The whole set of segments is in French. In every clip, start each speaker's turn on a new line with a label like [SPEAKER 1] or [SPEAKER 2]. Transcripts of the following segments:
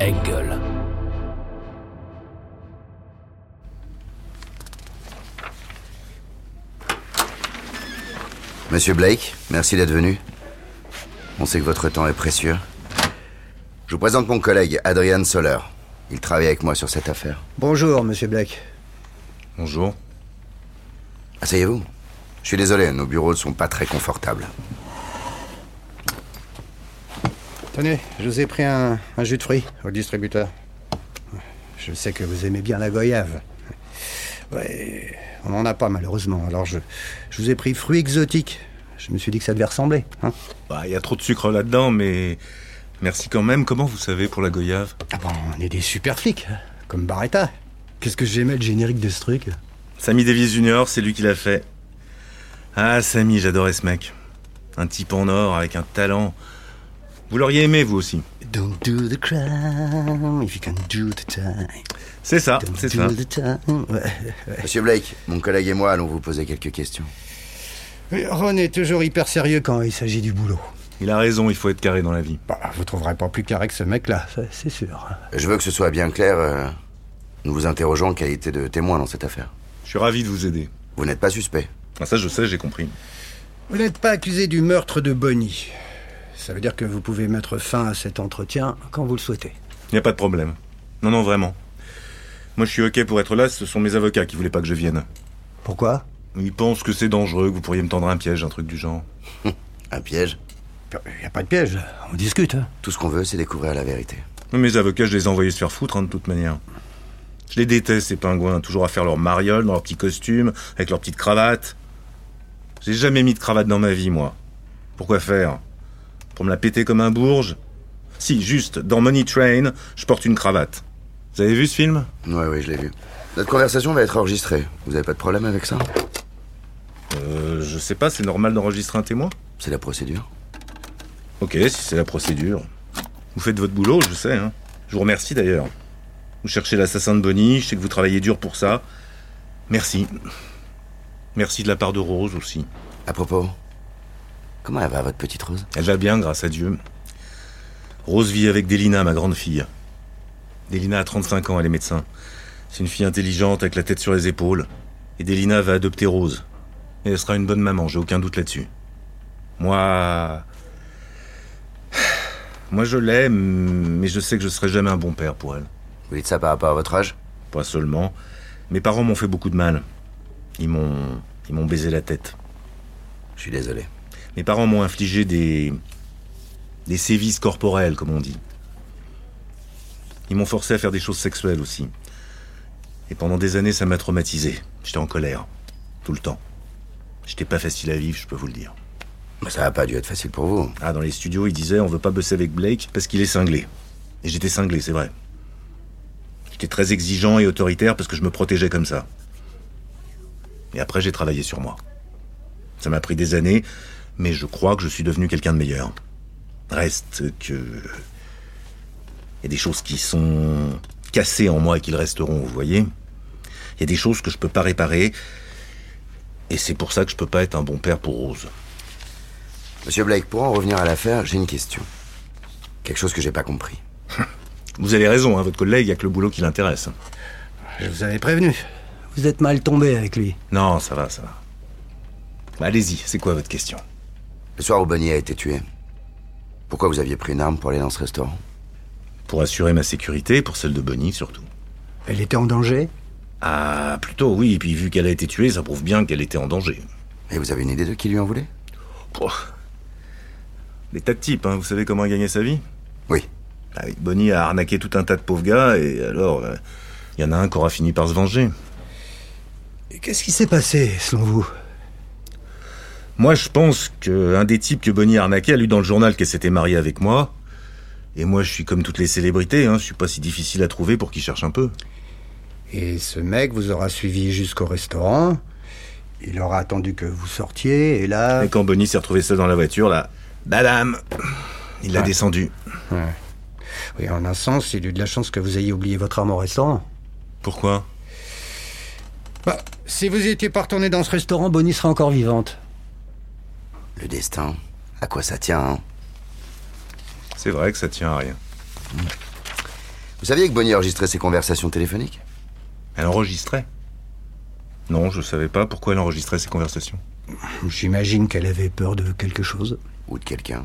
[SPEAKER 1] Engel.
[SPEAKER 2] Monsieur Blake, merci d'être venu. On sait que votre temps est précieux. Je vous présente mon collègue, Adrian Soler. Il travaille avec moi sur cette affaire.
[SPEAKER 3] Bonjour, monsieur Blake.
[SPEAKER 4] Bonjour.
[SPEAKER 2] Asseyez-vous. Je suis désolé, nos bureaux ne sont pas très confortables.
[SPEAKER 3] Tenez, je vous ai pris un, un jus de fruits au distributeur. Je sais que vous aimez bien la goyave. Ouais, on n'en a pas malheureusement, alors je, je vous ai pris fruits exotiques. Je me suis dit que ça devait ressembler. hein.
[SPEAKER 4] Bah, il y a trop de sucre là-dedans, mais merci quand même. Comment vous savez pour la goyave
[SPEAKER 3] Ah bon, on est des super flics, hein, comme Barretta. Qu'est-ce que j'aimais le générique de ce truc
[SPEAKER 4] Sammy Davis Jr., c'est lui qui l'a fait. Ah, Sammy, j'adorais ce mec. Un type en or avec un talent. Vous l'auriez aimé, vous aussi.
[SPEAKER 3] Don't do the crime if you can do the time.
[SPEAKER 4] C'est ça,
[SPEAKER 3] Don't
[SPEAKER 4] c'est
[SPEAKER 3] do
[SPEAKER 4] ça.
[SPEAKER 3] the time. Ouais.
[SPEAKER 2] Monsieur Blake, mon collègue et moi allons vous poser quelques questions.
[SPEAKER 3] Oui, Ron est toujours hyper sérieux quand il s'agit du boulot.
[SPEAKER 4] Il a raison, il faut être carré dans la vie.
[SPEAKER 3] Bah, vous trouverez pas plus carré que ce mec-là, ça, c'est sûr.
[SPEAKER 2] Je veux que ce soit bien clair. euh, nous vous interrogeons en qualité de témoin dans cette affaire.
[SPEAKER 4] Je suis ravi de vous aider.
[SPEAKER 2] Vous n'êtes pas suspect.
[SPEAKER 4] Ah, ça, je sais, j'ai compris.
[SPEAKER 3] Vous n'êtes pas accusé du meurtre de Bonnie. Ça veut dire que vous pouvez mettre fin à cet entretien quand vous le souhaitez.
[SPEAKER 4] Il n'y a pas de problème. Non, non, vraiment. Moi, je suis OK pour être là, ce sont mes avocats qui voulaient pas que je vienne.
[SPEAKER 3] Pourquoi
[SPEAKER 4] Ils pensent que c'est dangereux, que vous pourriez me tendre un piège, un truc du genre.
[SPEAKER 2] Un piège.
[SPEAKER 3] Il n'y Bah, a pas de piège, on discute. hein.
[SPEAKER 2] Tout ce qu'on veut, c'est découvrir la vérité.
[SPEAKER 4] Mais Mes avocats, je les ai envoyés se faire foutre, hein, de toute manière. Je les déteste, ces pingouins, toujours à faire leur mariole dans leurs petits costumes, avec leurs petites cravates. J'ai jamais mis de cravate dans ma vie, moi. Pourquoi faire Pour me la péter comme un bourge Si, juste, dans Money Train, je porte une cravate. Vous avez vu ce film
[SPEAKER 2] Oui, oui, je l'ai vu. Notre conversation va être enregistrée. Vous n'avez pas de problème avec ça
[SPEAKER 4] Euh, je sais pas, c'est normal d'enregistrer un témoin
[SPEAKER 2] C'est la procédure.
[SPEAKER 4] Ok, si c'est la procédure. Vous faites votre boulot, je sais. Hein. Je vous remercie d'ailleurs. Vous cherchez l'assassin de Bonnie, je sais que vous travaillez dur pour ça. Merci. Merci de la part de Rose aussi.
[SPEAKER 2] À propos, comment elle va, votre petite Rose
[SPEAKER 4] Elle va bien, grâce à Dieu. Rose vit avec Delina, ma grande fille. Delina a 35 ans, elle est médecin. C'est une fille intelligente, avec la tête sur les épaules. Et Delina va adopter Rose. Et elle sera une bonne maman, j'ai aucun doute là-dessus. Moi... Moi je l'aime, mais je sais que je serai jamais un bon père pour elle.
[SPEAKER 2] Vous dites ça par rapport à votre âge
[SPEAKER 4] Pas seulement. Mes parents m'ont fait beaucoup de mal. Ils m'ont... Ils m'ont baisé la tête.
[SPEAKER 2] Je suis désolé.
[SPEAKER 4] Mes parents m'ont infligé des. des sévices corporels, comme on dit. Ils m'ont forcé à faire des choses sexuelles aussi. Et pendant des années, ça m'a traumatisé. J'étais en colère. Tout le temps. J'étais pas facile à vivre, je peux vous le dire.
[SPEAKER 2] Mais ça n'a pas dû être facile pour vous.
[SPEAKER 4] Ah, dans les studios, ils disaient on veut pas bosser avec Blake parce qu'il est cinglé. Et j'étais cinglé, c'est vrai. J'étais très exigeant et autoritaire parce que je me protégeais comme ça. Et après, j'ai travaillé sur moi. Ça m'a pris des années, mais je crois que je suis devenu quelqu'un de meilleur. Reste que. Il y a des choses qui sont cassées en moi et qui le resteront, vous voyez. Il y a des choses que je peux pas réparer. Et c'est pour ça que je peux pas être un bon père pour Rose.
[SPEAKER 2] Monsieur Blake, pour en revenir à l'affaire, j'ai une question. Quelque chose que j'ai pas compris.
[SPEAKER 4] Vous avez raison, hein, votre collègue, il y a que le boulot qui l'intéresse.
[SPEAKER 3] Je vous avais prévenu. Vous êtes mal tombé avec lui.
[SPEAKER 4] Non, ça va, ça va. Bah, Allez-y, c'est quoi votre question
[SPEAKER 2] Le soir où Bonnie a été tuée, pourquoi vous aviez pris une arme pour aller dans ce restaurant
[SPEAKER 4] Pour assurer ma sécurité, pour celle de Bonnie surtout.
[SPEAKER 3] Elle était en danger
[SPEAKER 4] Ah, plutôt oui, et puis vu qu'elle a été tuée, ça prouve bien qu'elle était en danger.
[SPEAKER 2] Et vous avez une idée de qui lui en voulait
[SPEAKER 4] Pouah. Des tas de types, hein, vous savez comment gagner sa vie
[SPEAKER 2] Oui.
[SPEAKER 4] Bah oui, Bonnie a arnaqué tout un tas de pauvres gars, et alors, euh, il y en a un qui aura fini par se venger.
[SPEAKER 3] Et Qu'est-ce qui s'est passé, selon vous
[SPEAKER 4] Moi, je pense qu'un des types que Bonnie a arnaqué a lu dans le journal qu'elle s'était mariée avec moi. Et moi, je suis comme toutes les célébrités, hein, je suis pas si difficile à trouver pour qu'ils cherchent un peu.
[SPEAKER 3] Et ce mec vous aura suivi jusqu'au restaurant. Il aura attendu que vous sortiez, et là...
[SPEAKER 4] Et quand Bonnie s'est retrouvée seule dans la voiture, là, madame, il l'a descendue.
[SPEAKER 3] Oui, en un sens, il a eu de la chance que vous ayez oublié votre arme au restaurant.
[SPEAKER 4] Pourquoi
[SPEAKER 3] Bah, si vous étiez pas retourné dans ce restaurant, Bonnie serait encore vivante.
[SPEAKER 2] Le destin, à quoi ça tient hein
[SPEAKER 4] C'est vrai que ça tient à rien.
[SPEAKER 2] Vous saviez que Bonnie enregistrait ses conversations téléphoniques
[SPEAKER 4] Elle enregistrait Non, je savais pas pourquoi elle enregistrait ses conversations.
[SPEAKER 3] J'imagine qu'elle avait peur de quelque chose.
[SPEAKER 2] Ou de quelqu'un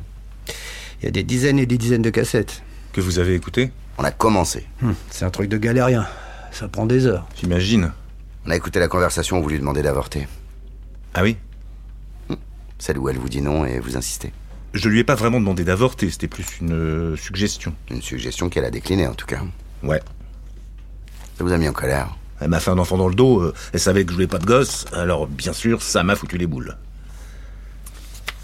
[SPEAKER 3] Il y a des dizaines et des dizaines de cassettes.
[SPEAKER 4] Que vous avez écouté
[SPEAKER 2] On a commencé.
[SPEAKER 3] Hum, c'est un truc de galérien. Ça prend des heures.
[SPEAKER 4] J'imagine.
[SPEAKER 2] On a écouté la conversation où vous lui demandez d'avorter.
[SPEAKER 4] Ah oui
[SPEAKER 2] Celle où elle vous dit non et vous insistez.
[SPEAKER 4] Je lui ai pas vraiment demandé d'avorter, c'était plus une euh, suggestion.
[SPEAKER 2] Une suggestion qu'elle a déclinée, en tout cas.
[SPEAKER 4] Ouais.
[SPEAKER 2] Ça vous a mis en colère.
[SPEAKER 4] Elle m'a fait un enfant dans le dos, euh, elle savait que je voulais pas de gosse, alors bien sûr, ça m'a foutu les boules.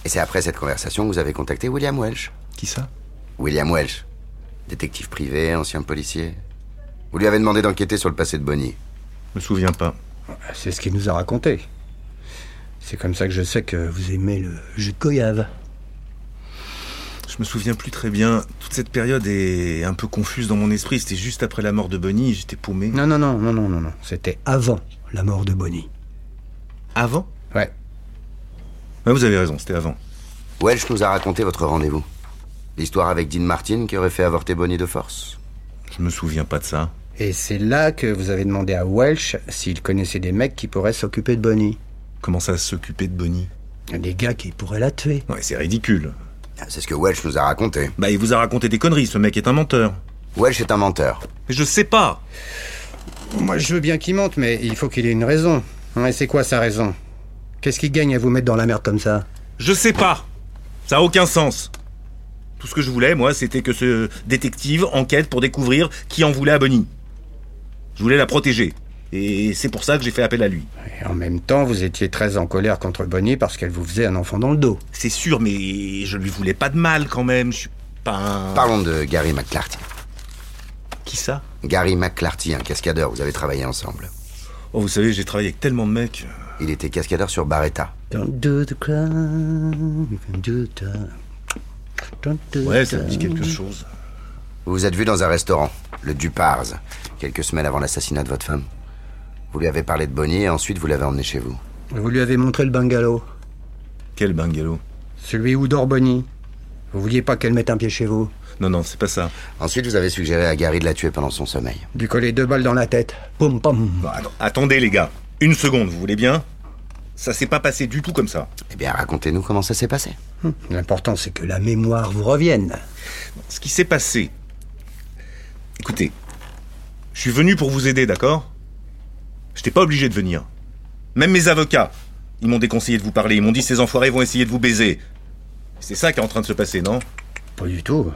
[SPEAKER 2] Et c'est après cette conversation que vous avez contacté William Welsh.
[SPEAKER 4] Qui ça
[SPEAKER 2] William Welsh. Détective privé, ancien policier. Vous lui avez demandé d'enquêter sur le passé de Bonnie.
[SPEAKER 4] Je me souviens pas.
[SPEAKER 3] Ah, C'est ce qu'il nous a raconté. C'est comme ça que je sais que vous aimez le jus de goyave.
[SPEAKER 4] Je me souviens plus très bien. Toute cette période est un peu confuse dans mon esprit. C'était juste après la mort de Bonnie, j'étais paumé.
[SPEAKER 3] Non, non, non, non, non, non, non. C'était avant la mort de Bonnie.
[SPEAKER 4] Avant
[SPEAKER 3] Ouais.
[SPEAKER 4] Ouais, Ah, Vous avez raison, c'était avant.
[SPEAKER 2] Welsh nous a raconté votre rendez-vous. L'histoire avec Dean Martin qui aurait fait avorter Bonnie de force.
[SPEAKER 4] Je me souviens pas de ça.
[SPEAKER 3] Et c'est là que vous avez demandé à Welsh s'il connaissait des mecs qui pourraient s'occuper de Bonnie.
[SPEAKER 4] Comment ça s'occuper de Bonnie
[SPEAKER 3] Des gars qui pourraient la tuer.
[SPEAKER 4] Ouais, c'est ridicule.
[SPEAKER 2] Ah, C'est ce que Welsh nous a raconté.
[SPEAKER 4] Bah, il vous a raconté des conneries, ce mec est un menteur.
[SPEAKER 2] Welsh est un menteur.
[SPEAKER 4] Mais je sais pas
[SPEAKER 3] Moi, je veux bien qu'il mente, mais il faut qu'il ait une raison. Hein, Et c'est quoi sa raison Qu'est-ce qu'il gagne à vous mettre dans la merde comme ça
[SPEAKER 4] Je sais pas Ça a aucun sens Tout ce que je voulais, moi, c'était que ce détective enquête pour découvrir qui en voulait à Bonnie. Je voulais la protéger. Et c'est pour ça que j'ai fait appel à lui.
[SPEAKER 3] Et en même temps, vous étiez très en colère contre Bonnie parce qu'elle vous faisait un enfant dans le dos.
[SPEAKER 4] C'est sûr, mais je lui voulais pas de mal quand même. Je suis pas un...
[SPEAKER 2] Parlons de Gary McClarty.
[SPEAKER 4] Qui ça
[SPEAKER 2] Gary McClarty, un cascadeur, vous avez travaillé ensemble.
[SPEAKER 4] Oh, vous savez, j'ai travaillé avec tellement de mecs.
[SPEAKER 2] Il était cascadeur sur Barretta.
[SPEAKER 3] Don't do the crime, you can do the... Don't do
[SPEAKER 4] Ouais,
[SPEAKER 3] the
[SPEAKER 4] ça me dit quelque chose.
[SPEAKER 2] Vous vous êtes vu dans un restaurant, le Duparz, quelques semaines avant l'assassinat de votre femme. Vous lui avez parlé de Bonnie et ensuite vous l'avez emmené chez vous.
[SPEAKER 3] Vous lui avez montré le bungalow,
[SPEAKER 4] Quel bungalow
[SPEAKER 3] celui où dort Bonnie. Vous vouliez pas qu'elle mette un pied chez vous
[SPEAKER 4] Non, non, c'est pas ça.
[SPEAKER 2] Ensuite, vous avez suggéré à Gary de la tuer pendant son sommeil.
[SPEAKER 3] Lui coller deux balles dans la tête. Poum pom.
[SPEAKER 4] Bon, attends- attendez, les gars. Une seconde, vous voulez bien Ça s'est pas passé du tout comme ça.
[SPEAKER 2] Eh bien, racontez-nous comment ça s'est passé.
[SPEAKER 3] L'important, c'est que la mémoire vous revienne.
[SPEAKER 4] Ce qui s'est passé. Écoutez, je suis venu pour vous aider, d'accord Je n'étais pas obligé de venir. Même mes avocats, ils m'ont déconseillé de vous parler. Ils m'ont dit ces enfoirés vont essayer de vous baiser. C'est ça qui est en train de se passer, non
[SPEAKER 3] Pas du tout.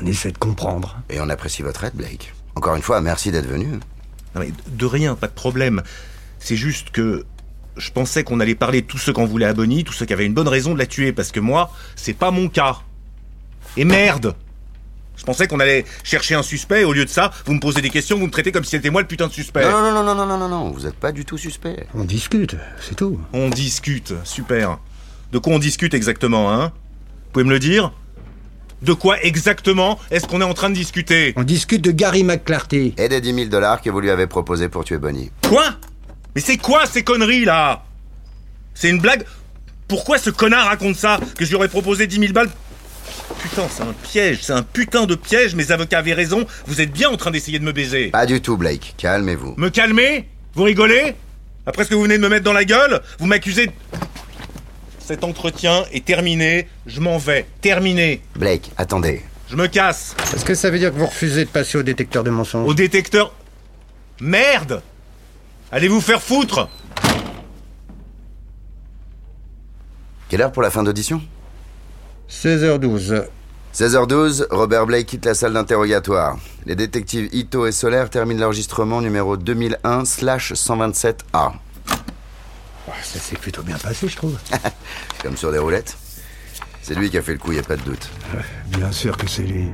[SPEAKER 3] On essaie de comprendre.
[SPEAKER 2] Et on apprécie votre aide, Blake. Encore une fois, merci d'être venu.
[SPEAKER 4] Non mais de rien, pas de problème. C'est juste que je pensais qu'on allait parler de tous ceux qu'on voulait à Bonnie, tous ceux qui avaient une bonne raison de la tuer, parce que moi, c'est pas mon cas. Et merde Je pensais qu'on allait chercher un suspect, et au lieu de ça, vous me posez des questions, vous me traitez comme si c'était moi le putain de suspect.
[SPEAKER 2] Non, non, non, non, non, non, non, non, vous n'êtes pas du tout suspect.
[SPEAKER 3] On discute, c'est tout.
[SPEAKER 4] On discute, super. De quoi on discute exactement, hein Vous pouvez me le dire De quoi exactement est-ce qu'on est en train de discuter
[SPEAKER 3] On discute de Gary McClarty.
[SPEAKER 2] Et des 10 000 dollars que vous lui avez proposé pour tuer Bonnie.
[SPEAKER 4] Quoi Mais c'est quoi ces conneries là C'est une blague Pourquoi ce connard raconte ça Que je lui aurais proposé 10 000 balles Putain, c'est un piège, c'est un putain de piège, mes avocats avaient raison, vous êtes bien en train d'essayer de me baiser.
[SPEAKER 2] Pas du tout, Blake. Calmez-vous.
[SPEAKER 4] Me calmer Vous rigolez Après ce que vous venez de me mettre dans la gueule, vous m'accusez de... Cet entretien est terminé, je m'en vais. Terminé.
[SPEAKER 2] Blake, attendez.
[SPEAKER 4] Je me casse.
[SPEAKER 3] Est-ce que ça veut dire que vous refusez de passer au détecteur de mensonges
[SPEAKER 4] Au détecteur... Merde Allez vous faire foutre
[SPEAKER 2] Quelle heure pour la fin d'audition
[SPEAKER 3] 16h12.
[SPEAKER 2] 16h12, Robert Blake quitte la salle d'interrogatoire. Les détectives Ito et Solaire terminent l'enregistrement numéro 2001-127A.
[SPEAKER 3] Ah, Ça s'est plutôt bien passé, je trouve.
[SPEAKER 2] Comme sur des roulettes. C'est lui qui a fait le coup, y a pas de doute.
[SPEAKER 3] Bien sûr que c'est lui.